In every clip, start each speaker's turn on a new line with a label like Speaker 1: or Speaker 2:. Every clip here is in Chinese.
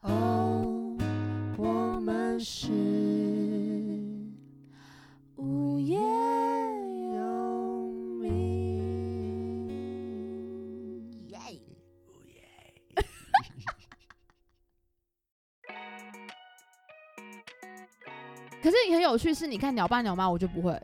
Speaker 1: 哦我们是无业游民。耶！
Speaker 2: 可是你很有趣，是你看鸟爸鸟妈，我就不会。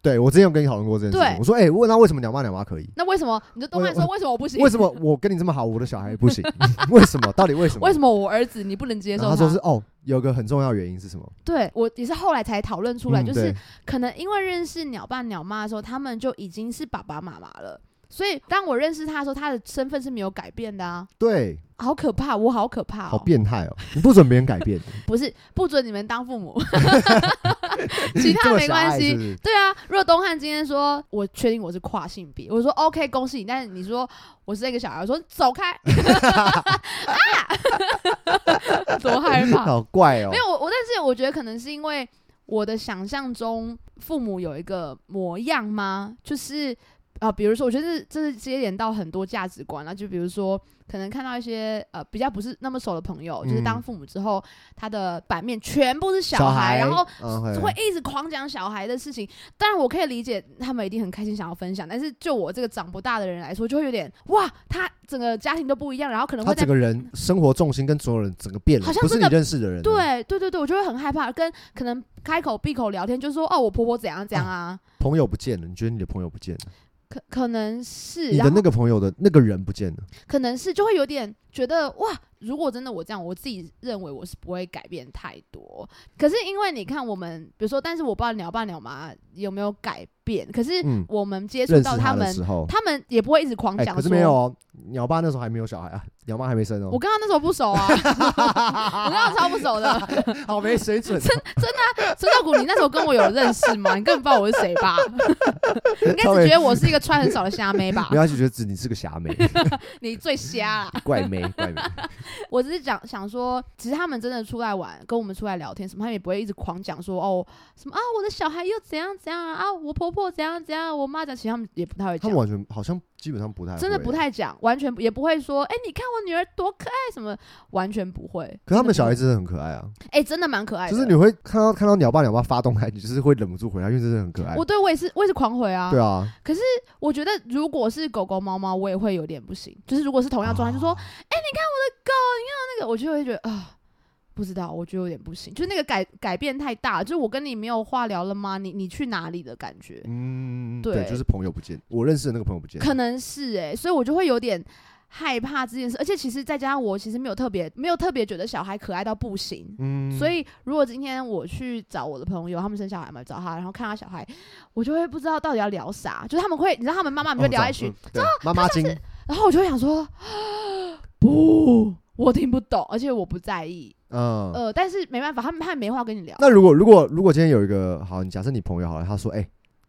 Speaker 3: 对我之前有跟你讨论过这件事情，
Speaker 2: 对
Speaker 3: 我说哎、欸问他为什么鸟妈鸟妈可以，
Speaker 2: 那为什么你就动漫说
Speaker 3: 我
Speaker 2: 为什么我不行？
Speaker 3: 为什么我跟你这么好，我的小孩不行？ 为什么？到底为什么？
Speaker 2: 为什么我儿子你不能接
Speaker 3: 然
Speaker 2: 受
Speaker 3: 后他说是哦，有个很重要原因是什么？
Speaker 2: 对我也是后来才讨论出来，
Speaker 3: 嗯
Speaker 2: 就是
Speaker 3: 对
Speaker 2: 可能因为认识鸟爸鸟妈的时候，他们就已经是爸爸妈妈了，所以当我认识他的时候，他的身份是没有改变的啊，
Speaker 3: 对，
Speaker 2: 好可怕，我好可怕、哦，
Speaker 3: 好变态哦，你不准别人改变，
Speaker 2: 不是不准你们当父母， 其他
Speaker 3: 这么
Speaker 2: 没
Speaker 3: 狭
Speaker 2: 关
Speaker 3: 隘
Speaker 2: 系
Speaker 3: 是不。是
Speaker 2: 对啊，如果东汉今天说我确定我是跨性别，我说 OK 恭喜你，但是你说我是那个小孩，我说走开，啊， 多害怕！
Speaker 3: 好怪哦
Speaker 2: 没，有我我，但是我觉得可能是因为我的想象中父母有一个模样吗？就是啊、呃比如说，我觉得这这是接连到很多价值观了，就比如说可能看到一些呃比较不是那么熟的朋友，就是当
Speaker 3: 嗯
Speaker 2: 父母之后，他的版面全部是小
Speaker 3: 小
Speaker 2: 孩然后
Speaker 3: 嗯嘿
Speaker 2: 会一直狂讲小孩的事情。当然，我可以理解他们一定很开心想要分享，但是就我这个长不大的人来说，就会有点哇，他整个家庭都不一样，然后可能
Speaker 3: 他
Speaker 2: 会在
Speaker 3: 整个人生活重心跟所有人整个变了
Speaker 2: 好，像
Speaker 3: 不是
Speaker 2: 真
Speaker 3: 你
Speaker 2: 的
Speaker 3: 认识的人了，哦
Speaker 2: 对对对对，我就会很害怕，跟可能开口闭口聊天，就说哦，我婆婆怎样怎样啊，
Speaker 3: 朋友不见了，你觉得你的朋友不见了，
Speaker 2: 可可能是，
Speaker 3: 你
Speaker 2: 然
Speaker 3: 的
Speaker 2: 后
Speaker 3: 那个朋友的那个人不见了，
Speaker 2: 可能是就会有点觉得哇，如果真的我这样，我自己认为我是不会改变太多。可是因为你看我们，比如说，但是我不知道鸟爸鸟妈有没有改变，可是
Speaker 3: 嗯，
Speaker 2: 我们接触
Speaker 3: 认识
Speaker 2: 到他
Speaker 3: 的
Speaker 2: 们，
Speaker 3: 时候，
Speaker 2: 他们也不会一直狂
Speaker 3: 哦哎，
Speaker 2: 讲
Speaker 3: 可是
Speaker 2: 说。
Speaker 3: 没有哦，鸟爸那时候还没有小孩啊，鸟妈还没生哦
Speaker 2: 我，跟他那时候不熟 啊，我跟他超不熟的。
Speaker 3: 好没水准哦，
Speaker 2: 孙少谷，你那时候跟我有认识吗？你根本不知道我是谁 吧？你应该
Speaker 3: 超
Speaker 2: 只
Speaker 3: 没
Speaker 2: 觉得我是一个穿很少的虾妹吧
Speaker 3: 没？关系，觉得只你是个傻妹，
Speaker 2: 你最瞎啦！
Speaker 3: 怪 妹，怪妹，
Speaker 2: 我只是讲想说，其实他们真的出来玩，跟我们出来聊天什么，他们也不会一直狂讲说哦什么啊，我的小孩又怎样怎样啊，啊我婆婆怎样怎啊样，我妈讲，其实他们也不太会
Speaker 3: 他
Speaker 2: 讲
Speaker 3: 们。完全好像基本上不太，啊
Speaker 2: 真的不。太讲，完全也不会说，哎、你看我女儿多可爱什么，完全不会。
Speaker 3: 可是他们
Speaker 2: 真
Speaker 3: 小
Speaker 2: 的
Speaker 3: 孩
Speaker 2: 不会，
Speaker 3: 真的很可爱啊，
Speaker 2: 哎、真的蛮可爱的。
Speaker 3: 就是你会看到看到鸟爸鸟妈发动态，你就是会忍不住回来，因为真的很可爱
Speaker 2: 我。对我也是，我也是狂回啊。
Speaker 3: 对啊，
Speaker 2: 我觉得如果是狗狗、猫猫，我也会有点不行。就是如果是同样
Speaker 3: 啊
Speaker 2: 状态，就说，哎、你看我的狗，你看我那个，我就会觉得啊，不知道，我觉得有点不行。就是那个改改变太大，就是我跟你没有话聊了吗？你你去哪里的感觉，
Speaker 3: 嗯，
Speaker 2: 对
Speaker 3: 对，就是朋友不见，我认识的那个朋友不见，
Speaker 2: 可能是哎、所以我就会有点。害怕这件事，而且其实再加上我其实没有特别没有特别觉得小孩可爱到不行，
Speaker 3: 嗯，
Speaker 2: 所以如果今天我去找我的朋友，他们生小孩嘛，找他，然后看他小孩，我就会不知道到底要聊啥，就是他们会，你知道他们妈妈
Speaker 3: 我
Speaker 2: 们就聊一啊群，，
Speaker 3: 嗯对妈妈经，
Speaker 2: 然后我就会想说， 不，我听不懂，而且我不在意。
Speaker 3: 嗯，
Speaker 2: 呃，但是没办法，他们他们没话跟你聊。
Speaker 3: 那如果如果如果今天有一个好，你假设你朋友好了，他说，哎、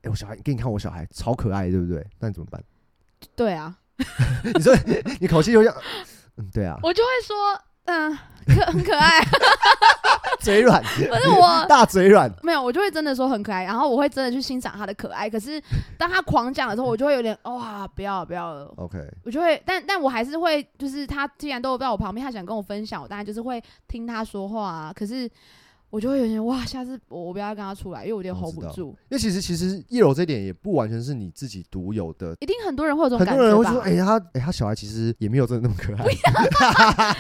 Speaker 3: 哎、我小孩给你看我小孩超可爱，对不对？那你怎么办？
Speaker 2: 对啊，
Speaker 3: 你说你口气就像，嗯，对啊，
Speaker 2: 我就会说，嗯、可 很可 爱，
Speaker 3: 嘴软，
Speaker 2: 可是我。
Speaker 3: 大 嘴软，
Speaker 2: 没有，我就会真的说很可爱，然后我会真的去欣赏他的可爱。可是当他狂讲的时候，我就会有点哇，不要不要了，
Speaker 3: OK，
Speaker 2: 我就会，但但我还是会，就是他既然都在我旁边，他想跟我分享，我当然就是会听他说话啊。可是我就会有点哇，下次我我不要跟他出来，因为我有点
Speaker 3: 我
Speaker 2: hold
Speaker 3: 知
Speaker 2: 不
Speaker 3: 道
Speaker 2: 住。
Speaker 3: 因为其实其实一楼这一点也不完全是你自己独有的。
Speaker 2: 一定很多人会有这种
Speaker 3: 很
Speaker 2: 感觉吧？
Speaker 3: 多人会说：“哎、他哎、他小孩其实也没有真的那么可爱，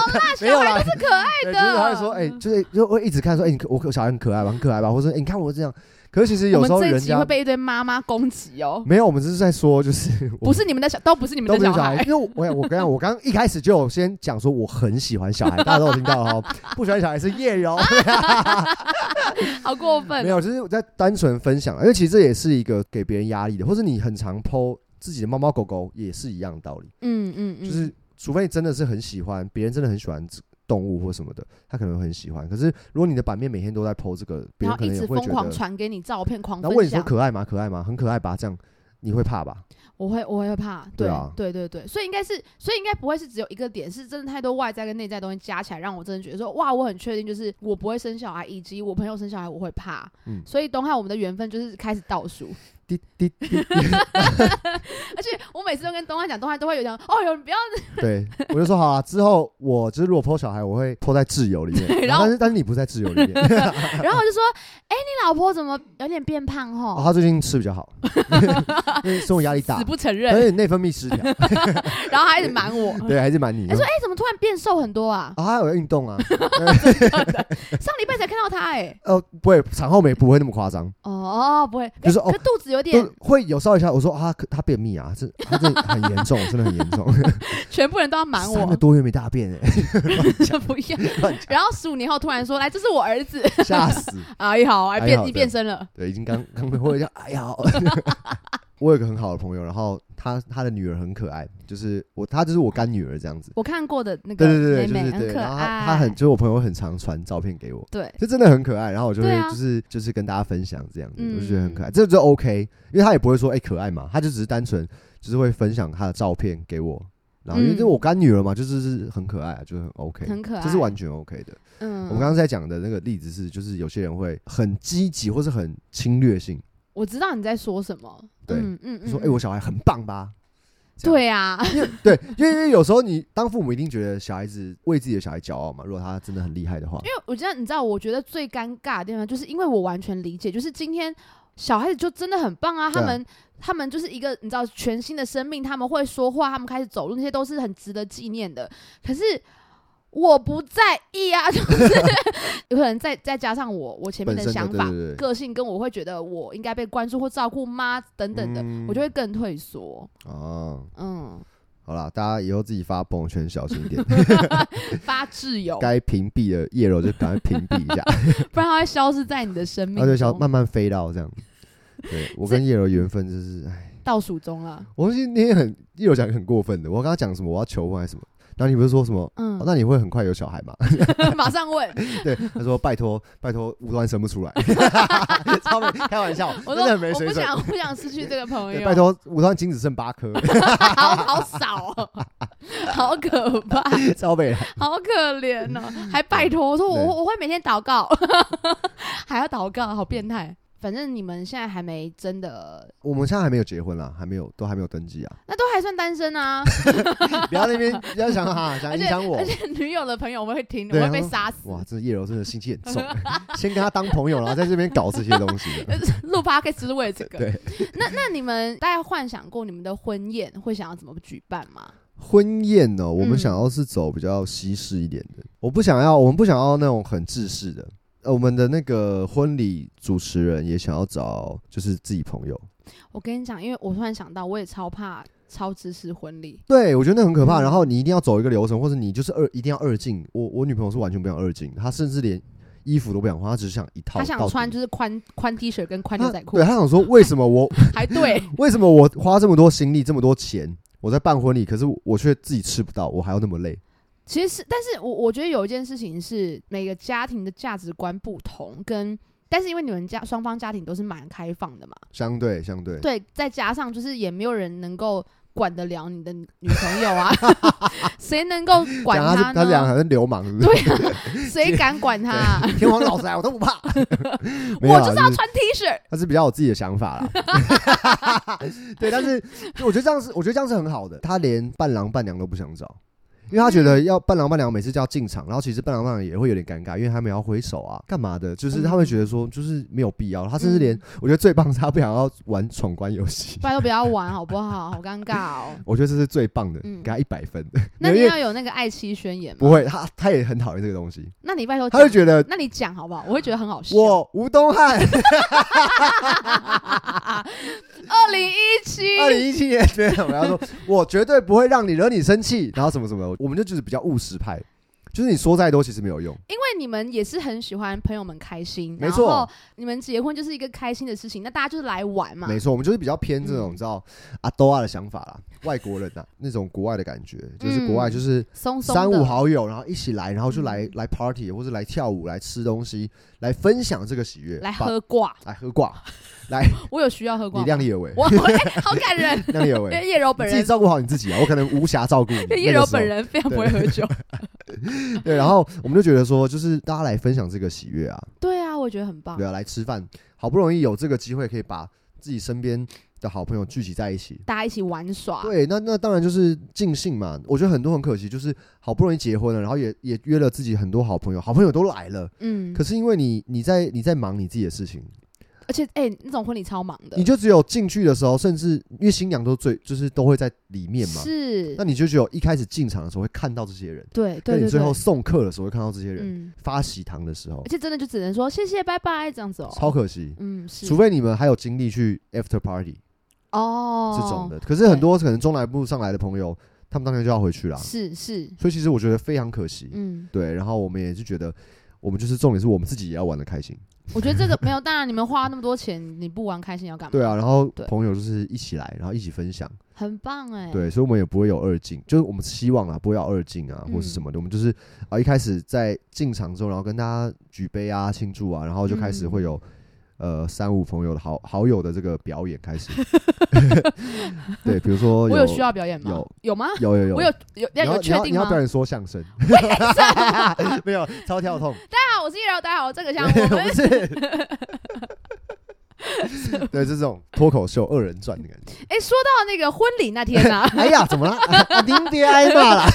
Speaker 2: 没有啦，
Speaker 3: 没有
Speaker 2: 小孩
Speaker 3: 啦，是可爱
Speaker 2: 的
Speaker 3: 就是他会说：“哎、就是就会一直看说，哎、你我我小孩很可爱吧，很可爱吧，或者哎、你看我这样。”可是其实有时候
Speaker 2: 我们这
Speaker 3: 人
Speaker 2: 一集
Speaker 3: 家
Speaker 2: 会被一堆妈妈攻击哦，
Speaker 3: 没有，我们只是在 说，就是我
Speaker 2: 不是你们的小，都不是你们
Speaker 3: 都
Speaker 2: 的
Speaker 3: 不是
Speaker 2: 小
Speaker 3: 小孩，
Speaker 2: 孩。
Speaker 3: 因为我我跟你讲，我刚刚一开始就有先讲说我很喜欢小孩，大家都有听到 哦，不喜欢小孩是叶柔，
Speaker 2: 好过
Speaker 3: 没
Speaker 2: 分。
Speaker 3: 有，就是我在单纯分享，而啊且其实这也是一个给别人压力的，或者你很常剖自己的猫猫狗狗也是一样的道理，
Speaker 2: 嗯嗯嗯，
Speaker 3: 就是除非真的是很喜欢，别人真的很喜欢这动物或什么的，他可能会很喜欢，可是如果你的版面每天都在剖这个，别
Speaker 2: 然后
Speaker 3: 人可
Speaker 2: 一
Speaker 3: 能也
Speaker 2: 直
Speaker 3: 会
Speaker 2: 疯
Speaker 3: 觉
Speaker 2: 狂
Speaker 3: 得，
Speaker 2: 传给你照片，狂
Speaker 3: 然后问
Speaker 2: 分
Speaker 3: 你说
Speaker 2: 享，
Speaker 3: 可爱吗？可爱吗？很可爱吧？这样你会怕吧？
Speaker 2: 我会我会怕。对
Speaker 3: 对啊
Speaker 2: 对对对，所以应该是，所以应该不会是只有一个点，是真的太多外在跟内在的东西加起来，让我真的觉得说，哇，我很确定，就是我不会生小孩，以及我朋友生小孩我会怕。
Speaker 3: 嗯
Speaker 2: 所以东汉我们的缘分就是开始倒数，
Speaker 3: 滴滴滴，
Speaker 2: 而且我每次都跟东汉讲，东汉都会有讲，哦哟，你不要，
Speaker 3: 对我就说好啊，之后我就是如果剖小孩，我会剖在挚友里面，
Speaker 2: 对
Speaker 3: 然
Speaker 2: 然
Speaker 3: 后
Speaker 2: 后
Speaker 3: 但是但是你不在挚友里面，
Speaker 2: 然后我就说， 哎、你老婆怎么有点变胖吼？
Speaker 3: 哦，他最近吃比较好， 因为生活压力大
Speaker 2: 死，不承
Speaker 3: 而
Speaker 2: 认，
Speaker 3: 且内分泌失调，
Speaker 2: 然后还一直瞒 我。
Speaker 3: 对，还是蛮你
Speaker 2: 他说：“哎、怎么突然变瘦很多 啊？
Speaker 3: 啊，他有运动啊，
Speaker 2: 上礼拜才看到他、哎，
Speaker 3: 呃，不会，产后没不会那么夸 张，
Speaker 2: 哦，不会，
Speaker 3: 就是
Speaker 2: 哎
Speaker 3: 哦
Speaker 2: 可肚子有
Speaker 3: 就
Speaker 2: 点
Speaker 3: 是，会有稍微一下，我说啊，可他便秘啊，这他这很严 重，真的很严重，
Speaker 2: 全部人都要瞒
Speaker 3: 三个
Speaker 2: 我，
Speaker 3: 多月没大便哎，
Speaker 2: 就不一样。
Speaker 3: 乱
Speaker 2: 然后十五年后突然说，来，这是我儿子，
Speaker 3: 讲吓死。
Speaker 2: 哎好，还
Speaker 3: 哎
Speaker 2: 变
Speaker 3: 好
Speaker 2: 你变身了，
Speaker 3: 对，已经刚刚被或者叫哎呀， 我有个很好的朋友，然后他他的女儿很可爱，就是我他就是我干女儿这样子。
Speaker 2: 我看过的那个
Speaker 3: 对
Speaker 2: 妹
Speaker 3: 对对，就
Speaker 2: 妹
Speaker 3: 是
Speaker 2: 很
Speaker 3: 对，
Speaker 2: 可
Speaker 3: 然后他
Speaker 2: 爱，
Speaker 3: 他很就是我朋友很常传照片给我，
Speaker 2: 对，
Speaker 3: 就真的很可爱，然后我就会
Speaker 2: 欸对啊
Speaker 3: 就是就是跟大家分享这样子，
Speaker 2: 嗯
Speaker 3: 我就觉得很可爱，这就 OK，因为他也不会说哎可爱嘛，他就只是单纯就是会分享他的照片给我，然后因为
Speaker 2: 嗯
Speaker 3: 这我干女儿嘛，就是是很可爱啊，就是很 OK，
Speaker 2: 很可爱
Speaker 3: 这是完全 OK 的。
Speaker 2: 嗯，
Speaker 3: 我们刚刚在讲的那个例子是，就是有些人会很积极或是很侵略性。
Speaker 2: 我知道你在说什么，
Speaker 3: 对
Speaker 2: 嗯嗯，嗯
Speaker 3: 说：“哎、我小孩很棒吧这样
Speaker 2: 对啊，？”
Speaker 3: 对，因为因为有时候你当父母一定觉得小孩子为自己的小孩骄傲嘛。如果他真的很厉害的话，
Speaker 2: 因为我觉得你知道，我觉得最尴尬的地方，就是因为我完全理解，就是今天小孩子就真的很棒啊，
Speaker 3: 对啊
Speaker 2: 他们他们就是一个你知道全新的生命，他们会说话，他们开始走路，那些都是很值得纪念的。可是我不在意啊， 就是有可能再再加上我我前面
Speaker 3: 本身
Speaker 2: 想
Speaker 3: 对
Speaker 2: 法、
Speaker 3: 对对对，
Speaker 2: 个性，跟我会觉得我应该被关注或照顾妈等等的，
Speaker 3: 嗯
Speaker 2: 我就会更退缩。
Speaker 3: 哦，
Speaker 2: 嗯，
Speaker 3: 好啦，大家以后自己发朋友圈小心 一点，
Speaker 2: 发挚友，
Speaker 3: 该屏蔽的叶柔就赶快屏 蔽一下，
Speaker 2: 不然它会消失在你的生命
Speaker 3: 然后就想
Speaker 2: 中，
Speaker 3: 慢慢飞到这样。 对我跟叶柔缘分就是，哎，
Speaker 2: 倒数中啊了。
Speaker 3: 我记得那天很叶柔讲得很过分的，我跟他讲什么我要求婚还是什么，然后你不是说什么？
Speaker 2: 嗯
Speaker 3: 哦、，那你会很快有小孩吗？
Speaker 2: 马上问，
Speaker 3: 对，他说拜托拜托，无端生不出来， 他们开玩笑，
Speaker 2: 我说
Speaker 3: 真的很没
Speaker 2: 我
Speaker 3: 水
Speaker 2: 不
Speaker 3: 准。
Speaker 2: 想，我不想失去这个朋
Speaker 3: 对
Speaker 2: 友。
Speaker 3: 拜，托，五段精子剩八 颗，
Speaker 2: 好好少、哦，好可怕，
Speaker 3: 超北来。
Speaker 2: 好可怜哦，还拜托我说
Speaker 3: 对
Speaker 2: 我我会每天祷告， 还要祷告，好变态。反正你们现在还没真的，
Speaker 3: 我们现在还没有结婚啦，还没有，都还没有 登记啊！
Speaker 2: 那都还算单身啊。
Speaker 3: 不要那边，不要想哈，想
Speaker 2: 而
Speaker 3: 影
Speaker 2: 且
Speaker 3: 响 我
Speaker 2: 而。且女友的朋友我会听，
Speaker 3: 对
Speaker 2: 我会被杀死。
Speaker 3: 哇，这叶柔真的心机很重，欸先跟他当朋友，然后在这边搞这些东 西的。
Speaker 2: 呃录 podcast 就是为了这个
Speaker 3: 对。
Speaker 2: 那那你们大概幻想过你们的婚宴会想要怎么举办吗？
Speaker 3: 婚宴呢、我们
Speaker 2: 嗯
Speaker 3: 想要是走比较西式一点的，我不想要，我们不想要那种很制式的。呃，我们的那个婚礼主持人也想要找，就是自己朋友。
Speaker 2: 我跟你讲，因为我突然想到，我也超怕超支持婚礼。
Speaker 3: 对，我觉得那很可怕。
Speaker 2: 嗯
Speaker 3: 然后你一定要走一个流程，或者你就是二一定要二进。我我女朋友是完全不想二进，她甚至连衣服都不想换，她只是想一套。
Speaker 2: 他想
Speaker 3: 到
Speaker 2: 穿
Speaker 3: 底
Speaker 2: 就是宽宽 T 恤跟宽
Speaker 3: 她
Speaker 2: 牛仔裤
Speaker 3: 对，她啊想说为什么我
Speaker 2: 还 对，
Speaker 3: 为什么我花这么多心力这么多钱，我在办婚礼，可是我却自己吃不到，我还要那么累。
Speaker 2: 其实是，但是我我觉得有一件事情是每个家庭的价值观不同，跟但是因为你们家双方家庭都是蛮开放的嘛，
Speaker 3: 相对相对，
Speaker 2: 对，再加上就是也没有人能够管得了你的女 朋友啊，谁能够管
Speaker 3: 讲她是她讲
Speaker 2: 呢？
Speaker 3: 好像流氓，是不是？
Speaker 2: 对啊，谁敢管他、 啊？
Speaker 3: 天王老子啊，我都不怕。 没有
Speaker 2: 我
Speaker 3: 啦
Speaker 2: 就是要穿 T 恤，
Speaker 3: 他是比较有自己的想法啦。 对，但是我觉得这样是，我觉得这样是很好的。他连伴郎伴娘都不想找，因为他觉得要伴郎伴娘每次叫进场，然后其实伴郎伴娘也会有点尴尬，因为他们要挥手啊，干嘛的？就是他会觉得说，就是没有必要。他甚至连
Speaker 2: 嗯，
Speaker 3: 我觉得最棒是他不想要玩闯关游戏。
Speaker 2: 拜托不要玩好不好？好尴尬 哦。
Speaker 3: 我觉得这是最棒的，
Speaker 2: 嗯
Speaker 3: 给他一百分。
Speaker 2: 那
Speaker 3: 没
Speaker 2: 你
Speaker 3: 有因为
Speaker 2: 要有那个爱妻宣言吗？
Speaker 3: 不，会，他他也很讨厌这个东西，
Speaker 2: 那你拜托
Speaker 3: 他
Speaker 2: 讲，
Speaker 3: 就觉得
Speaker 2: 那你讲好不好？我会觉得很好笑。
Speaker 3: 我吴东汉，
Speaker 2: 二零一七，
Speaker 3: 二零一七年对，我 要说，我绝对不会让你惹你生气，然后什么什么，我们就就是比较务实派，就是你说再多其实没有用。
Speaker 2: 因为你们也是很喜欢朋友们开心，
Speaker 3: 没错，
Speaker 2: 你们结婚就是一个开心的事情，那大家就是来玩嘛。
Speaker 3: 没错，我们就是比较偏这种、
Speaker 2: 嗯
Speaker 3: 你知道阿多啊的想法啦，外国人呐、那种国外的感觉，就是国外
Speaker 2: 嗯
Speaker 3: 就是
Speaker 2: 松松的
Speaker 3: 三五，好友，然后一起来，然后就来、
Speaker 2: 嗯
Speaker 3: 来 party 或者来跳舞、来吃东西、来分享这个喜悦，
Speaker 2: 来
Speaker 3: 把
Speaker 2: 喝挂，
Speaker 3: 来喝挂，
Speaker 2: 我有需要喝
Speaker 3: 你
Speaker 2: 挂吗。
Speaker 3: 量力而为，，
Speaker 2: 我 我哎好感人
Speaker 3: 量力而
Speaker 2: 因为
Speaker 3: 为，
Speaker 2: 叶柔
Speaker 3: 你
Speaker 2: 本
Speaker 3: 自己
Speaker 2: 人，
Speaker 3: 照顾好你自己啊，我可能无暇照顾你。
Speaker 2: 因为叶
Speaker 3: 那个
Speaker 2: 柔
Speaker 3: 时候
Speaker 2: 本人非常不会喝酒。
Speaker 3: 对，然后我们就觉得说，就是大家来分享这个喜悦啊，
Speaker 2: 对啊，我觉得很棒
Speaker 3: 对。啊，来吃饭，好不容易有这个机会可以把自己身边的好朋友聚集在一起。
Speaker 2: 大家一起玩耍，
Speaker 3: 对，那那当然就是尽兴嘛。我觉得很多很可惜，就是好不容易结婚了，然后也也约了自己很多好朋友，好朋友都来了，
Speaker 2: 嗯
Speaker 3: 可，是因为你你在你在忙你自己的事情，
Speaker 2: 而且哎、那种婚礼超忙的
Speaker 3: 你，就只有进去的时候，甚至因为新娘都最就是都会在里面嘛，
Speaker 2: 是
Speaker 3: 那，你就只有一开始进场的时候会看到这些人，
Speaker 2: 对对
Speaker 3: 跟你
Speaker 2: 对
Speaker 3: 最后
Speaker 2: 对，
Speaker 3: 送客的时候会看到这些人，
Speaker 2: 嗯，
Speaker 3: 发喜糖的时候
Speaker 2: 而且真的就只能说谢谢拜拜这样子哦，
Speaker 3: 超可惜，
Speaker 2: 嗯是，
Speaker 3: 除非你们还有精力去 after party
Speaker 2: 哦
Speaker 3: 这种的，可是很多可能中来不上来的朋友，他们当天就要回去啦，
Speaker 2: 是是，
Speaker 3: 所以其实我觉得非常可惜，
Speaker 2: 嗯，
Speaker 3: 对，然后我们也是觉得。我们就是重点是我们自己也要玩的开心，
Speaker 2: 我觉得这个没有，当然你们花那么多钱，你不玩开心要干嘛？
Speaker 3: 对啊，然后
Speaker 2: 嗯对
Speaker 3: 朋友就是一起来，然后一起分享，
Speaker 2: 很棒哎、
Speaker 3: 对，所以我们也不会有二进，就是我们希望啦，不会有二进啊，
Speaker 2: 嗯
Speaker 3: 或是什么的。我们就是啊，一开始在进场之后，然后跟大家举杯啊、庆祝啊，然后就开始会有、
Speaker 2: 嗯
Speaker 3: 呃三五朋友的好好友的这个表演 开始。对，比如说
Speaker 2: 我
Speaker 3: 有
Speaker 2: 有需要表演吗？
Speaker 3: 有
Speaker 2: 有吗？
Speaker 3: 有有有，
Speaker 2: 我有有
Speaker 3: 你
Speaker 2: 要
Speaker 3: 要
Speaker 2: 有
Speaker 3: 你
Speaker 2: 确
Speaker 3: 要
Speaker 2: 定
Speaker 3: 你要
Speaker 2: 吗？
Speaker 3: 表演说 相声，没有超跳痛，
Speaker 2: 大家啊好，我是叶柔，大家好，这个 哎像我们
Speaker 3: 不是。对，这种脱口秀二人转的感觉。
Speaker 2: 哎、说到那个婚礼那天 啊，
Speaker 3: 哎呀，怎么了？啊您别挨骂啦。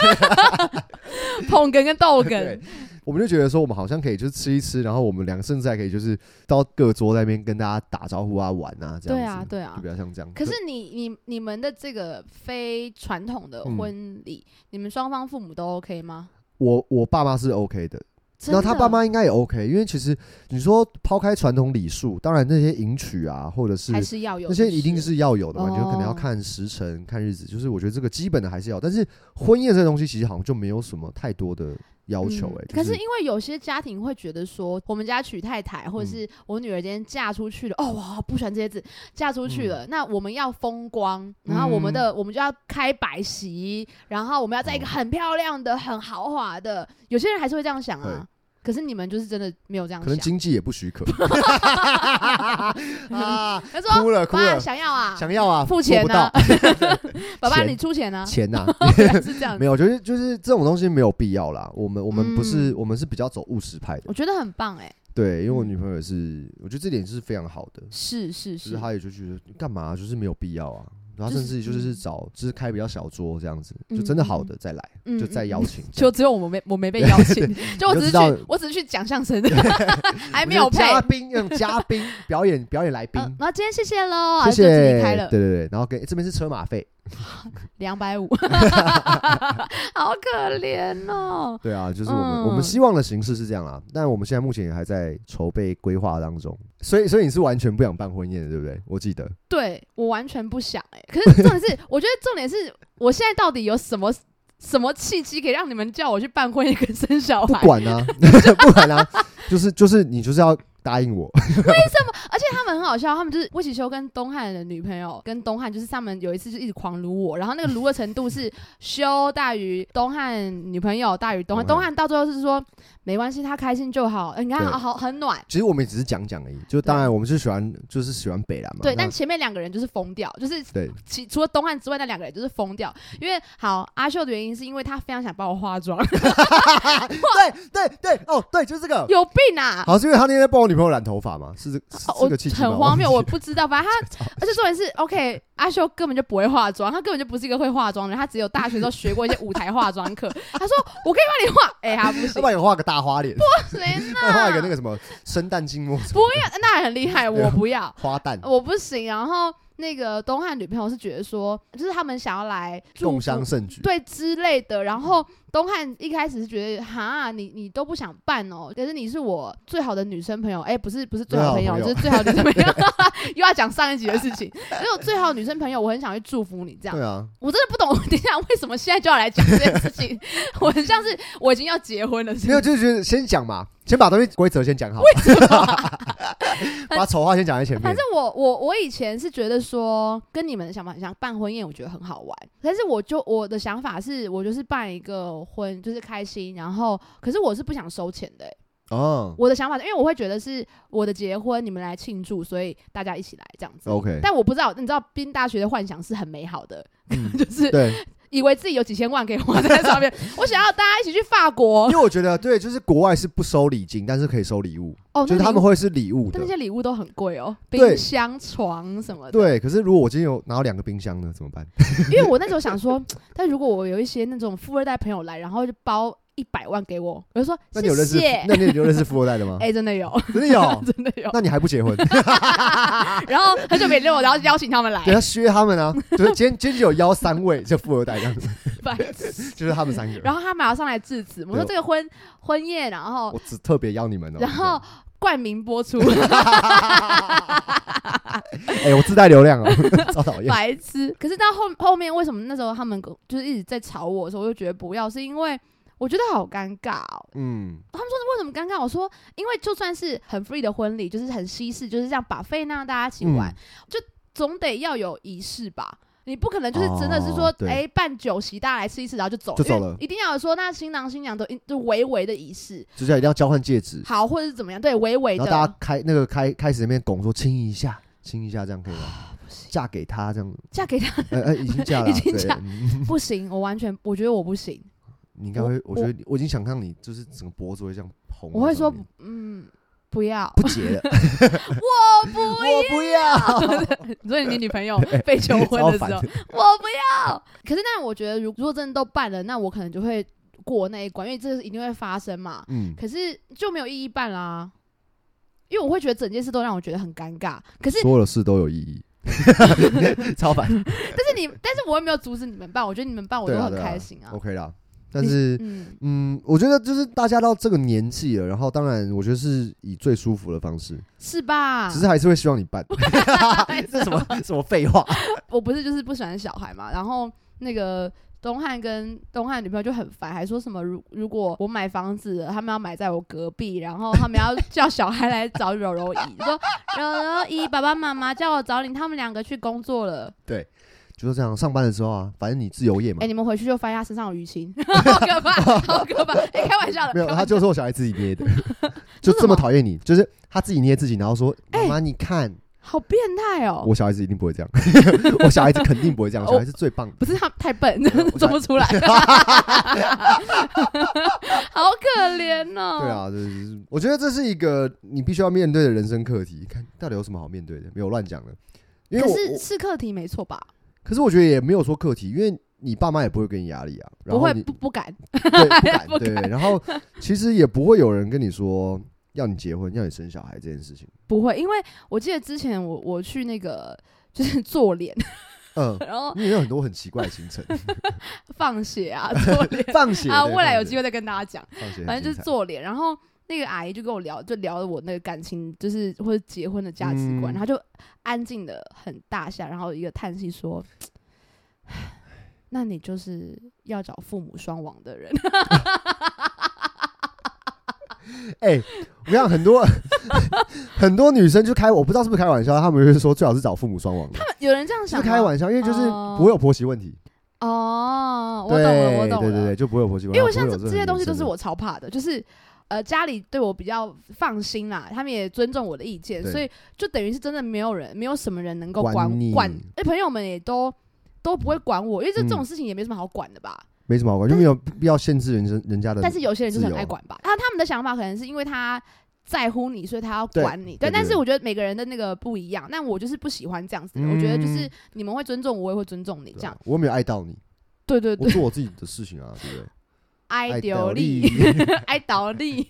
Speaker 2: 捧哏跟逗
Speaker 3: 对
Speaker 2: 哏，，
Speaker 3: 我们就觉得说，我们好像可以就是吃一吃，然后我们两个甚至还可以就是到各桌那边跟大家打招呼啊、玩啊这样子。
Speaker 2: 对啊，对啊
Speaker 3: 就比。较像这样。
Speaker 2: 可是你你你们的这个非传统的
Speaker 3: 嗯
Speaker 2: 婚礼，你们双方父母都 OK 吗？
Speaker 3: 我我爸妈是 OK 的，
Speaker 2: 真
Speaker 3: 然后
Speaker 2: 的
Speaker 3: 他爸妈应该也 OK，因为其实你说抛开传统礼数，当然那些迎娶啊，或者是
Speaker 2: 还是要有，
Speaker 3: 那些一定是要有的嘛，
Speaker 2: 哦
Speaker 3: 你就可能要看时辰、看日子，就是我觉得这个基本的还是要，但是婚宴这个东西其实好像就没有什么太多的要求
Speaker 2: 嗯
Speaker 3: 哎、
Speaker 2: 可
Speaker 3: 就是
Speaker 2: 因为有些家庭会觉得说，我们家娶太太，
Speaker 3: 嗯
Speaker 2: 或者是我女儿今天嫁出去了，哦，我好不喜欢这些字，嫁出去
Speaker 3: 嗯
Speaker 2: 了，那我们要风光，然后我们的、我们就要开摆席，然后我们要在一个
Speaker 3: 哦
Speaker 2: 很漂亮的、很豪华的，有些人还是会这样想啊。可是你们就是真的没有这样
Speaker 3: 可能
Speaker 2: 想，
Speaker 3: 经济也不许可
Speaker 2: 他
Speaker 3: 啊，
Speaker 2: 嗯说
Speaker 3: 哭了哭
Speaker 2: 爸
Speaker 3: 了，
Speaker 2: 想要啊，
Speaker 3: 想要啊，
Speaker 2: 付钱
Speaker 3: 做不
Speaker 2: 啊
Speaker 3: 到，
Speaker 2: 爸爸
Speaker 3: 钱
Speaker 2: 你出钱啊，
Speaker 3: 钱呐、
Speaker 2: 原 来是这样
Speaker 3: 没。有，就是就是这种东西没有必要啦。我们我们不是、我们是比较走务实派的
Speaker 2: 我，觉得很棒哎、
Speaker 3: 对，因为我
Speaker 2: 嗯
Speaker 3: 女朋友也是，我觉得这点是非常好的，
Speaker 2: 是是
Speaker 3: 就是
Speaker 2: 是，
Speaker 3: 她也就觉得干嘛、就是没有必要啊。然后
Speaker 2: 就
Speaker 3: 甚
Speaker 2: 是
Speaker 3: 至就是
Speaker 2: 嗯
Speaker 3: 找，就是开比较小桌这样子，
Speaker 2: 嗯
Speaker 3: 就真的好的再来，
Speaker 2: 嗯
Speaker 3: 就再
Speaker 2: 嗯
Speaker 3: 邀请这
Speaker 2: 就
Speaker 3: 样。
Speaker 2: 只有我没我没被邀请，就我只是
Speaker 3: 你就知
Speaker 2: 去
Speaker 3: 道
Speaker 2: 我只是去讲相 声，还
Speaker 3: 我
Speaker 2: 没
Speaker 3: 觉
Speaker 2: 有
Speaker 3: 得
Speaker 2: 配。
Speaker 3: 嘉宾，那种嘉宾表演表演来 宾
Speaker 2: 呃，然后今天谢谢喽，然
Speaker 3: 谢
Speaker 2: 后哦就自
Speaker 3: 谢
Speaker 2: 己开。了
Speaker 3: 对对对，然后给这边是车马费，
Speaker 2: 两百 五，好可怜哦。
Speaker 3: 对啊，就是我们、
Speaker 2: 嗯
Speaker 3: 我们希望的形式是这样啦。但我们现在目前也还在筹备规划当中，所以所以你是完全不想办婚宴的，对不对？我记得，
Speaker 2: 对我完全不想哎、可是重点是，我觉得重点是我现在到底有什么什么契机可以让你们叫我去办婚宴跟生小
Speaker 3: 不
Speaker 2: 孩？
Speaker 3: 管啊，不管啊，就是就是你就是要答应我，
Speaker 2: 而且他们很好笑，他们就是魏启修跟东汉的女朋友跟东汉，就是他们有一次就一直狂撸我，然后那个撸的程度是修大于东汉女朋友大于东汉，
Speaker 3: 东汉
Speaker 2: 东汉到最后是说没关系，他开心就好。呃你看，
Speaker 3: 对
Speaker 2: 好很暖。
Speaker 3: 其实我们也只是讲讲而已。就当然我们是喜欢就是喜欢北兰嘛，
Speaker 2: 对，
Speaker 3: 那
Speaker 2: 但前面两个人就是疯掉，就是
Speaker 3: 对
Speaker 2: 其除了东汉之外，那两个人就是疯掉。因为好阿秀的原因是因为他非常想帮我化妆，
Speaker 3: 对对对哦对，就是这个。
Speaker 2: 有病啊！
Speaker 3: 好，是因为他那天帮我女朋友染头发嘛，是这是
Speaker 2: 哦
Speaker 3: 这个契机吗
Speaker 2: 很荒谬，
Speaker 3: 忘
Speaker 2: 我
Speaker 3: 记
Speaker 2: 不知道。反正 他，而且重点是，OK，阿修根本就不会化妆，他根本就不是一个会化妆的人，他只有大学时候学过一些舞台化妆课。他说：“我可以帮你化。哎，他不
Speaker 3: 要
Speaker 2: 行
Speaker 3: 不，然你画个大花脸，
Speaker 2: 谁
Speaker 3: 再画一个那
Speaker 2: 那
Speaker 3: 个什么生旦净末什
Speaker 2: 啊不
Speaker 3: 么
Speaker 2: 要，那很厉害，
Speaker 3: 啊
Speaker 2: 我不要，
Speaker 3: 花旦，
Speaker 2: 我不行。然后那个东汉女朋友是觉得说，就是他们想要来祝
Speaker 3: 共
Speaker 2: 福
Speaker 3: 襄盛举。
Speaker 2: 对之类的。然后东汉一开始是觉得，哈，你你都不想办哦，可是你是我最好的女生朋友，哎，不是不是最好的朋友，就是最好的女生朋友， 又要讲上一集的事情，因为我最好的女生朋友，我很想去祝福你这样
Speaker 3: 对。啊，
Speaker 2: 我真的不懂， 我等一下为什么现在就要来讲这件事情？我很像是我已经要结婚了，是
Speaker 3: 没
Speaker 2: 不
Speaker 3: 有
Speaker 2: 是？
Speaker 3: 就是觉得先讲嘛，先把东西规则先讲好， 把丑话先讲在前
Speaker 2: 反
Speaker 3: 面
Speaker 2: 正。我我我以前是觉得说跟你们的想法很像，办婚宴我觉得很好玩，但是我就我的想法是我就是办一个婚就是开心，然后可是我是不想收钱的、
Speaker 3: 哦
Speaker 2: 我的想法是，因为我会觉得是我的结婚，你们来庆祝，所以大家一起来这样子。
Speaker 3: ，OK，
Speaker 2: 但我不知道，你知道，冰大学的幻想是很美好的，
Speaker 3: 嗯
Speaker 2: 就是
Speaker 3: 对，
Speaker 2: 以为自己有几千万可以花在上面，我想要大家一起去法国
Speaker 3: 因。为我觉得对，就是国外是不收礼金，但是可以收礼物，
Speaker 2: 哦，
Speaker 3: 就是
Speaker 2: 那
Speaker 3: 他
Speaker 2: 礼
Speaker 3: 们
Speaker 2: 物，
Speaker 3: 会是礼物
Speaker 2: 但
Speaker 3: 的
Speaker 2: 那。些礼物都很贵哦，
Speaker 3: 对
Speaker 2: 冰箱、床什么的。
Speaker 3: 对，可是如果我今天有拿到两个冰箱呢，怎么办？
Speaker 2: 因为我那时候想说，但如果我有一些那种富二代朋友来，然后就包一百万给我，我就说
Speaker 3: 那你有认
Speaker 2: 谢
Speaker 3: 识
Speaker 2: 谢？。
Speaker 3: 那你哦有认识富二代的吗？
Speaker 2: 哎、真的有，
Speaker 3: 真的 有？
Speaker 2: 真的有。
Speaker 3: 那你还不 结婚？
Speaker 2: 然后很久没联络，然后邀请他们来
Speaker 3: 对，，要削他们啊！就是今天今天有邀三位，就富二代这 样子，
Speaker 2: 白痴
Speaker 3: 就是他们三个。
Speaker 2: 然后他马上来致辞，我说
Speaker 3: 对
Speaker 2: 这个婚婚宴，然后
Speaker 3: 我只特别邀你们哦。
Speaker 2: 然后冠名播出，
Speaker 3: 哎、我自带 流量哦， 超讨厌。
Speaker 2: 白痴。可是到后后面为什么那时候他们跟就是一直在吵我的时候，我就觉得不要，是因为我觉得好尴尬哦。
Speaker 3: 嗯，
Speaker 2: 他们说为什么尴尬？我说因为就算是很 free 的婚礼，就是很西式，就是这样把费那样大家一起玩，
Speaker 3: 嗯
Speaker 2: 总得要有仪式吧。你不可能就是真的是说
Speaker 3: 哦，对
Speaker 2: 哎、办酒席大家来吃一次，然后就走，
Speaker 3: 就走
Speaker 2: 因为
Speaker 3: 了
Speaker 2: 一定要有说，那新郎新娘都一就微微的仪式，
Speaker 3: 就是要一定要交换戒指，
Speaker 2: 好或者是怎么样，对，微微的。
Speaker 3: 然后大家开那个开开始那边拱说亲一下，亲一下这样可以吗？嫁给他这样，
Speaker 2: 嫁给他
Speaker 3: 呃呃，已经嫁了啊，
Speaker 2: 已经
Speaker 3: 对
Speaker 2: 嫁
Speaker 3: 嗯
Speaker 2: 不行，我完全我觉得我不行，
Speaker 3: 你应该会，我觉得我已经想象你就是整个脖子会这样红。
Speaker 2: 我会说嗯不 要，
Speaker 3: 不结了，
Speaker 2: 我不
Speaker 3: 我不要，哎
Speaker 2: 要。你说你女朋 友被求婚
Speaker 3: 超
Speaker 2: 的时
Speaker 3: 烦
Speaker 2: 候，
Speaker 3: 的。
Speaker 2: 我不要。可是但我觉得如如果真的都办了，那我可能就会过那一关，因为这是一定会发生嘛。
Speaker 3: 嗯，
Speaker 2: 可是就没有意义办啦、因为我会觉得整件事都让我觉得很尴尬。可是
Speaker 3: 所有的事都有意义，超烦。
Speaker 2: 但是你，但是我也没有阻止你们办，我觉得你们办我都
Speaker 3: 对啊
Speaker 2: 很
Speaker 3: 对啊
Speaker 2: 开心啊。
Speaker 3: OK 啦，但是。
Speaker 2: 嗯，
Speaker 3: 嗯，我觉得就是大家到这个年纪了，然后当然，我觉得是以最舒服的方式，
Speaker 2: 是吧？
Speaker 3: 只是还是会希望你办。这什么什么废话？
Speaker 2: 我不是就是不喜欢小孩嘛，然后那个东汉跟东汉女朋友就很烦，还说什么如如果我买房子了，他们要买在我隔壁，然后他们要叫小孩来找柔柔姨， 说柔柔姨爸爸妈妈叫我找你，他们两个去工作了，
Speaker 3: 就是这样，上班的时候啊，反正你自由业嘛
Speaker 2: 哎、，你们回去就发现他身上有淤青， 好可怕，好可怕，哎、开玩笑的，
Speaker 3: 没有，
Speaker 2: 开玩
Speaker 3: 他
Speaker 2: 笑
Speaker 3: 就说我小孩自己捏的， 就这么讨厌你，就是他自己捏自己，然后说妈妈你看，
Speaker 2: 好变态哦，
Speaker 3: 我小孩子一定不会这样， 我小孩子肯定不会这样，
Speaker 2: 哦
Speaker 3: 我小孩子最棒。
Speaker 2: 不是他太笨
Speaker 3: 我，
Speaker 2: 做不 出来，好可怜哦，
Speaker 3: 对，啊，就是我觉得这是一个你必须要面对的人生课题。看到底有什么好面对的？没有乱讲的，因为
Speaker 2: 可
Speaker 3: 我
Speaker 2: 是
Speaker 3: 我
Speaker 2: 是课题没错吧？
Speaker 3: 可是我觉得也没有说课题，因为你爸妈也不会给你压力啊，然
Speaker 2: 不
Speaker 3: 后
Speaker 2: 会
Speaker 3: 你
Speaker 2: 不不敢，
Speaker 3: 对 不敢
Speaker 2: 不
Speaker 3: 对，
Speaker 2: 敢
Speaker 3: 然后其实也不会有人跟你说要你结婚、要你生小孩这件事情。
Speaker 2: 不会，因为我记得之前我我去那个就是 做脸，
Speaker 3: 嗯，
Speaker 2: 然后
Speaker 3: 你也有很多很奇怪的行程，
Speaker 2: 放血啊，做脸
Speaker 3: 放血
Speaker 2: 啊，未来有机
Speaker 3: 会，
Speaker 2: 会再跟大家讲。
Speaker 3: 放血很
Speaker 2: 反正就
Speaker 3: 精
Speaker 2: 是
Speaker 3: 彩
Speaker 2: 做脸，然后那个阿姨就跟我聊，就聊我那个感情，就是或者结婚的价值观，
Speaker 3: 嗯
Speaker 2: 然后就安静的很大下，然后一个叹息说。那你就是要找父母双亡的人，
Speaker 3: 哎、我想很多 很多女生就开，我不知道是不是开玩笑，她们就是说最好是找父母双亡的，
Speaker 2: 有人这样
Speaker 3: 是
Speaker 2: 想
Speaker 3: 不
Speaker 2: 吗？
Speaker 3: 是开玩笑，因为就是
Speaker 2: 哦
Speaker 3: 不会有婆媳问题。
Speaker 2: 哦，我懂
Speaker 3: 对
Speaker 2: 了，我懂了。
Speaker 3: 对对对，啊就不会有婆媳问
Speaker 2: 因
Speaker 3: 题。
Speaker 2: 为我像
Speaker 3: 然后
Speaker 2: 这
Speaker 3: 不会有
Speaker 2: 这些东西
Speaker 3: 很
Speaker 2: 都是我超怕的，就是呃家里对我比较放心啦，他们也尊重我的意见，
Speaker 3: 对
Speaker 2: 所以就等于是真的没有人，没有什么人能够
Speaker 3: 管
Speaker 2: 管
Speaker 3: 你嗯
Speaker 2: 管，哎、朋友们也都都不会管我，因为这这种事情也没什么好管的吧。
Speaker 3: 没什么好管，就没有必要限制人生人家的。
Speaker 2: 但是有些人就是很
Speaker 3: 自由
Speaker 2: 爱管吧，啊他他们的想法可能是因为他。在乎你，所以他要
Speaker 3: 对
Speaker 2: 管你。
Speaker 3: 对对
Speaker 2: 但是
Speaker 3: 对
Speaker 2: 我觉得每个人的那个不一样。但我就是不喜欢这样子的。我觉得
Speaker 3: 嗯
Speaker 2: 就是你们会尊重我，我也会尊重你
Speaker 3: 对啊
Speaker 2: 这样。
Speaker 3: 我没有爱到你，
Speaker 2: 对对
Speaker 3: 啊我
Speaker 2: 对，
Speaker 3: 做我自己的事情啊，对不对？
Speaker 2: 爱
Speaker 3: 道
Speaker 2: 丢
Speaker 3: 理
Speaker 2: 力，， 爱倒力。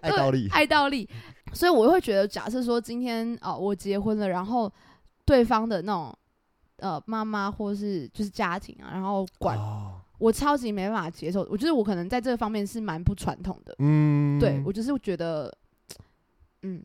Speaker 3: 爱道理，
Speaker 2: 爱倒立，所以我会觉得，假设说今天哦、呃我结婚了，然后对方的那种呃妈妈或是就是家庭啊，然后管、
Speaker 3: 哦
Speaker 2: 我，超级没办法接受。我觉得我可能在这方面是蛮不传统的，
Speaker 3: 嗯，
Speaker 2: 对我就是觉得，嗯，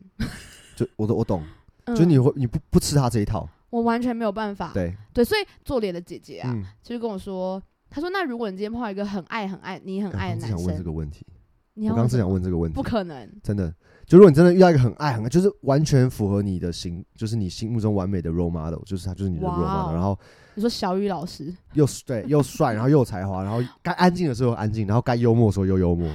Speaker 3: 就我都我懂，
Speaker 2: 嗯
Speaker 3: 就你会你不不吃他这一套，
Speaker 2: 我完全没有办法，
Speaker 3: 对，
Speaker 2: 所以做脸的姐姐啊，
Speaker 3: 嗯，
Speaker 2: 就是跟我说。她说：“那如果你今天碰到一个很爱、很爱你、很
Speaker 3: 我
Speaker 2: 爱
Speaker 3: 刚
Speaker 2: 的
Speaker 3: 正
Speaker 2: 男
Speaker 3: 哎想问这
Speaker 2: 生，
Speaker 3: 个问题，
Speaker 2: 你
Speaker 3: 我
Speaker 2: 要
Speaker 3: 刚正
Speaker 2: 怎么
Speaker 3: 想问这个问题
Speaker 2: 不，可能，
Speaker 3: 真的，就如果你真的遇到一个很爱很爱，就是完全符合你的形，就是你心目中完美的 role model，就是他就是你的 role
Speaker 2: 哇哦
Speaker 3: model，然后
Speaker 2: 你说小雨老 师，
Speaker 3: 又对又帅，然后又有才华，然后该安静的时候安静，然后该幽默的时候又幽默，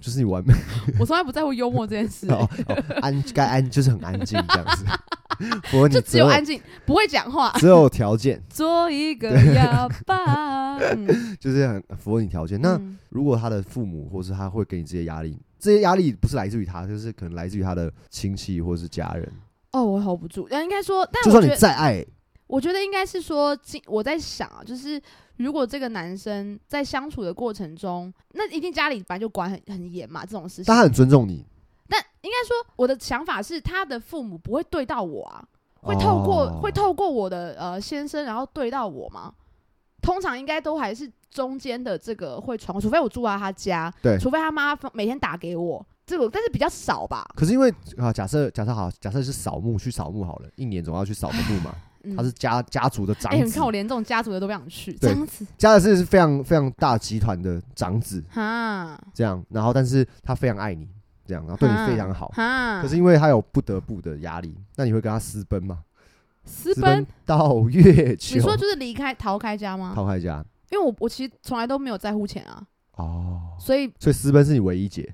Speaker 3: 就是你完美， 哦
Speaker 2: 我从来不在乎幽默这件事、
Speaker 3: 哦哦安该安就是很安静这样子，符合你
Speaker 2: 就只有
Speaker 3: 择偶
Speaker 2: 安静，不会讲话，
Speaker 3: 择偶条件，
Speaker 2: 做一个哑 巴。嗯
Speaker 3: 就是很符合你条件。那
Speaker 2: 嗯
Speaker 3: 如果他的父母或是他会给你这些压力，这些压力不是来自于他，就是可能来自于他的亲戚或是家人。
Speaker 2: 哦，我 hold 不住，但应该说，但
Speaker 3: 就
Speaker 2: 我
Speaker 3: 算
Speaker 2: 觉
Speaker 3: 你
Speaker 2: 得，
Speaker 3: 再爱，
Speaker 2: 我觉得应该是说，今我在想啊，就是如果这个男生在相处的过程中，那一定家里本来就管很很严嘛，这种事情
Speaker 3: 但。他很尊重你，
Speaker 2: 但应该说，我的想法是，他的父母不会对到我啊，会透过、
Speaker 3: 哦
Speaker 2: 会透过我的呃先生，然后对到我吗？通常应该都还是中间的这个会传过，除非我住到他家，
Speaker 3: 对
Speaker 2: 除非他妈每天打给我，这个但是比较少吧。
Speaker 3: 可是因为啊，假设假设好，假设是扫墓去扫墓好了，一年总要去扫个墓嘛。
Speaker 2: 嗯
Speaker 3: 他是家家族的长
Speaker 2: 哎、你
Speaker 3: 子
Speaker 2: 看，我连这种家族的都不想去，这
Speaker 3: 对
Speaker 2: 样子
Speaker 3: 家的是非常非常大集团的长子，
Speaker 2: 哈
Speaker 3: 这样，然后但是他非常爱你，这样，然后对你非常好。
Speaker 2: 哈。
Speaker 3: 可是因为他有不得不的压力，那你会跟他私奔吗？
Speaker 2: 私
Speaker 3: 私
Speaker 2: 奔，
Speaker 3: 到月球，
Speaker 2: 你说就是离开逃开家吗？
Speaker 3: 逃开家
Speaker 2: 因为我我其实从来都没有在乎钱啊，
Speaker 3: 哦，
Speaker 2: 所以
Speaker 3: 所以私奔是你唯一解，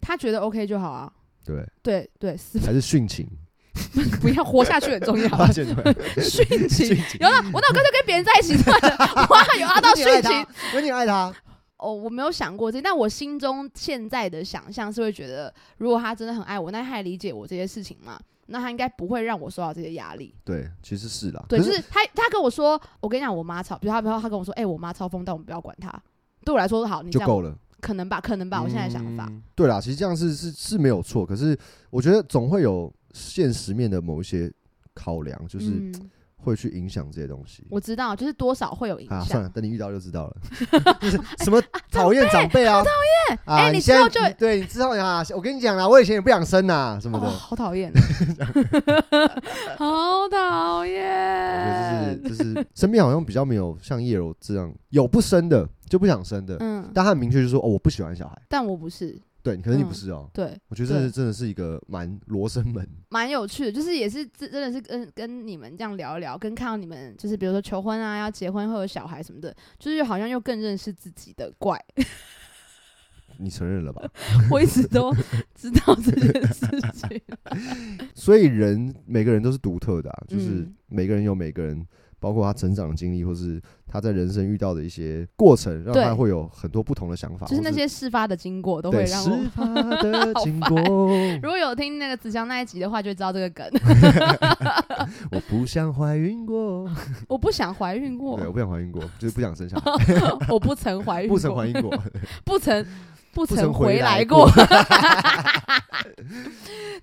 Speaker 2: 他觉得 OK 就好啊。
Speaker 3: 对，
Speaker 2: 对对，私
Speaker 3: 还是殉情？
Speaker 2: 不要活下去很重要，
Speaker 3: 发现对，
Speaker 2: 殉情。
Speaker 3: 殉情。
Speaker 2: 有了，我那我干脆跟别人在一起算了，哇，有啊，到
Speaker 3: 因为你
Speaker 2: 殉
Speaker 3: 爱
Speaker 2: 情
Speaker 3: 他，因为你爱他，
Speaker 2: 哦，我没有想过这，但我心中现在的想象是会觉得，如果他真的很爱我，那他还理解我这些事情嘛，那他应该不会让我受到这些压力。
Speaker 3: 对，其实是啦。
Speaker 2: 对，
Speaker 3: 可
Speaker 2: 就是他他跟我说，我跟你讲，我妈超，比如他，比如他跟我说，哎、我妈超疯，但我们不要管她。对我来说，好，你这
Speaker 3: 就
Speaker 2: 样
Speaker 3: 够了。
Speaker 2: 可能吧，可能吧，我现在的想法。
Speaker 3: 嗯对啦，其实这样是是是没有错，可是我觉得总会有现实面的某一些考量，就是
Speaker 2: 嗯，
Speaker 3: 会去影响这些东西。
Speaker 2: 我知道，就是多少会有影
Speaker 3: 啊，
Speaker 2: 响。
Speaker 3: 算了，等你遇到就知 道了。就是
Speaker 2: 啊
Speaker 3: 什么讨厌长辈啊，讨厌
Speaker 2: 哎你
Speaker 3: 现
Speaker 2: 知
Speaker 3: 在
Speaker 2: 道就
Speaker 3: 你对，你知道啊，我跟你讲啦，我以前也不想生呐，什么的
Speaker 2: 哦，。好讨 厌，好讨 厌。
Speaker 3: 就是就是身边好像比较没有像叶柔这样有不生的就不想生的，
Speaker 2: 嗯，
Speaker 3: 但他很明确就说哦，我不喜欢小孩。
Speaker 2: 但我不是，
Speaker 3: 对，可是你
Speaker 2: 嗯
Speaker 3: 不是哦，
Speaker 2: 对，
Speaker 3: 我觉得这
Speaker 2: 对
Speaker 3: 真的是一个蛮罗生门。
Speaker 2: 蛮有趣的，就是也是真真的是跟跟你们这样聊一聊，跟看到你们就是比如说求婚啊，要结婚会有小孩什么的，就是好像又更认识自己的怪。
Speaker 3: 你承认了吧？
Speaker 2: 我一直 都知道这件事情。
Speaker 3: 所以人每个人都是独特的、啊，就是
Speaker 2: 嗯
Speaker 3: 每个人有每个人，包括他成长的经历，或是他在人生遇到的一些过程，让
Speaker 2: 对
Speaker 3: 他会有很多不同的想法，
Speaker 2: 就是那
Speaker 3: 或
Speaker 2: 些事发的经过都会
Speaker 3: 对
Speaker 2: 让我。
Speaker 3: 事 发的经过，
Speaker 2: 如果有听那个子祥那一集的话，就会知道这个梗。
Speaker 3: 我不想怀孕过，
Speaker 2: 我不想怀孕过
Speaker 3: 对，，我不想怀孕过，就是不想生小孩，
Speaker 2: 我不曾怀孕过，
Speaker 3: 不曾怀孕 过，
Speaker 2: 不曾不
Speaker 3: 不曾
Speaker 2: 曾
Speaker 3: 回
Speaker 2: 回
Speaker 3: 来
Speaker 2: 来
Speaker 3: 过
Speaker 2: 过。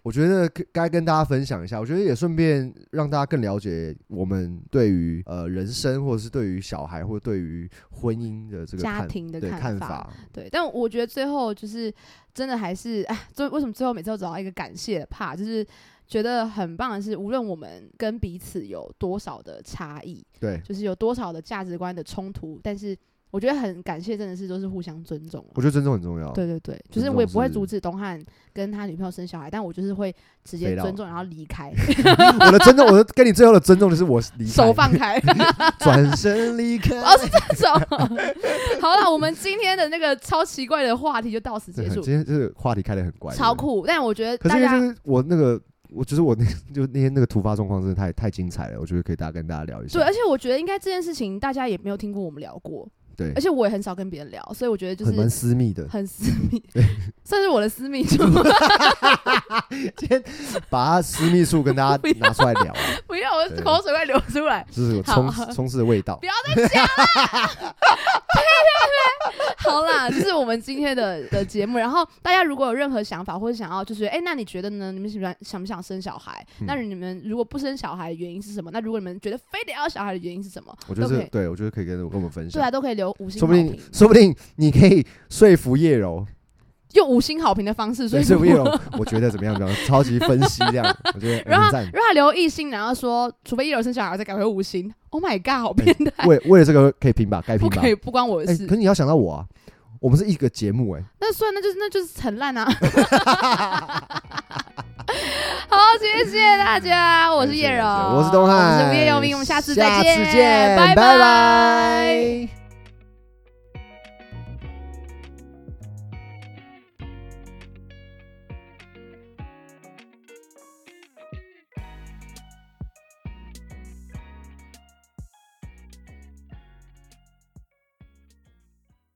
Speaker 3: 我觉得该该跟大家分享一下，我觉得也顺便让大家更了解我们对于呃人生，或者是对于小孩，或者对于婚姻的这个
Speaker 2: 家
Speaker 3: 看
Speaker 2: 庭的
Speaker 3: 对看
Speaker 2: 法，
Speaker 3: 法，
Speaker 2: 对，但我觉得最后就是真的还是，哎，最为什么最后每次都找到一个感谢的怕，就是觉得很棒的是，无论我们跟彼此有多少的差异，
Speaker 3: 对。
Speaker 2: 就是有多少的价值观的冲突，但是我觉得很感谢，真的是都是互相尊重啊、
Speaker 3: 我觉得尊重很重要，
Speaker 2: 对对对，就
Speaker 3: 尊
Speaker 2: 是
Speaker 3: 重
Speaker 2: 我也不会
Speaker 3: 是
Speaker 2: 阻止东汉跟他女朋友生小孩，但我就是会直
Speaker 3: 飞
Speaker 2: 接
Speaker 3: 到
Speaker 2: 尊重，然后离开，
Speaker 3: 我的尊重，我的跟你最后的尊重就是我离 开，
Speaker 2: 手放 开。
Speaker 3: 转身离开，
Speaker 2: 哦，是这种。 好了，我们今天的那个超奇怪的话题就到此
Speaker 3: 对
Speaker 2: 结束，
Speaker 3: 今天这个话题开的很怪，
Speaker 2: 超
Speaker 3: 对不对。
Speaker 2: 酷。但我觉得
Speaker 3: 可
Speaker 2: 大
Speaker 3: 是因为
Speaker 2: 家
Speaker 3: 就是我那个，我就是我那就那天那个突发状况真的太太精彩了，我觉得可以大家跟大家聊一下。
Speaker 2: 对，而且我觉得应该这件事情大家也没有听过我们聊过，
Speaker 3: 对
Speaker 2: 而且我也很少跟别人聊，所以我觉得就
Speaker 3: 很蛮
Speaker 2: 是
Speaker 3: 私密的，
Speaker 2: 很私 密，算是我的私密处。
Speaker 3: 今天把它私密处 跟大家拿出来聊，
Speaker 2: 不要，我
Speaker 3: 对
Speaker 2: 口水快流出来。
Speaker 3: 就是有充
Speaker 2: 好
Speaker 3: 充斥的味道
Speaker 2: 不。要再讲了。 好啦，这是我们今天的的节目。然后大家如果有任何想法或者想要，就是哎、诶那你觉得呢？你们喜不喜欢想不想生小孩？
Speaker 3: 嗯
Speaker 2: 那你们如果不生小孩的原因是什么？那如果你们觉得非得要小孩的原因是什么？
Speaker 3: 我觉得
Speaker 2: 都可
Speaker 3: 是
Speaker 2: 以
Speaker 3: 对，我觉得可以跟我跟我们分
Speaker 2: 对
Speaker 3: 享，
Speaker 2: 啊，都可以留五星
Speaker 3: 说
Speaker 2: 好
Speaker 3: 不
Speaker 2: 评
Speaker 3: 定，说不定你可以说服叶柔，
Speaker 2: 用五星好评的方式，所
Speaker 3: 对，
Speaker 2: 以
Speaker 3: 说服叶
Speaker 2: 我
Speaker 3: 柔，我觉得怎么样？怎么样？超级分析这样，我觉 得哎
Speaker 2: 让
Speaker 3: 很
Speaker 2: 他
Speaker 3: 赞。
Speaker 2: 让他留一星，然后说，除非一楼生小孩再改回五星。Oh my god，好变态！
Speaker 3: 为为了这个可以拼吧， 该拼
Speaker 2: 不
Speaker 3: 吧
Speaker 2: 可。以，不关我的
Speaker 3: 哎，
Speaker 2: 事。
Speaker 3: 可你要想到我啊，我们是一个节目哎，
Speaker 2: 那算，那就是那就是很烂啊。好，谢谢大家，我是叶柔，
Speaker 3: 我是东汉，
Speaker 2: 我是无业游民，我们下次再
Speaker 3: 下
Speaker 2: 见，
Speaker 3: 次见，
Speaker 2: 拜
Speaker 3: 拜。